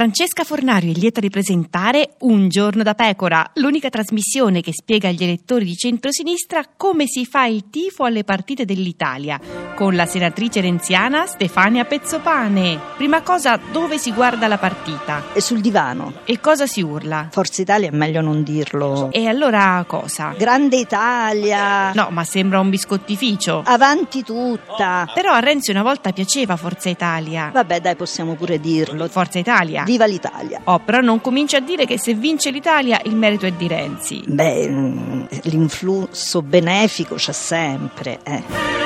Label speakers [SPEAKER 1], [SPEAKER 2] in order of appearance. [SPEAKER 1] Francesca Fornario è lieta di presentare Un giorno da pecora, l'unica trasmissione che spiega agli elettori di centrosinistra come si fa il tifo alle partite dell'Italia, con la senatrice renziana Stefania Pezzopane. Prima cosa, dove si guarda la partita
[SPEAKER 2] E sul divano.
[SPEAKER 1] e cosa si urla?
[SPEAKER 2] Forza Italia è meglio non dirlo.
[SPEAKER 1] E allora cosa?
[SPEAKER 2] Grande Italia,
[SPEAKER 1] No, ma sembra un biscottificio.
[SPEAKER 2] avanti tutta.
[SPEAKER 1] Però a Renzi una volta piaceva Forza Italia.
[SPEAKER 2] Vabbè, dai, possiamo pure dirlo.
[SPEAKER 1] Forza Italia.
[SPEAKER 2] Viva l'Italia.
[SPEAKER 1] Oh, però non comincia a dire che se vince l'Italia il merito è di Renzi.
[SPEAKER 2] Beh, mm, l'influsso benefico c'è sempre. eh.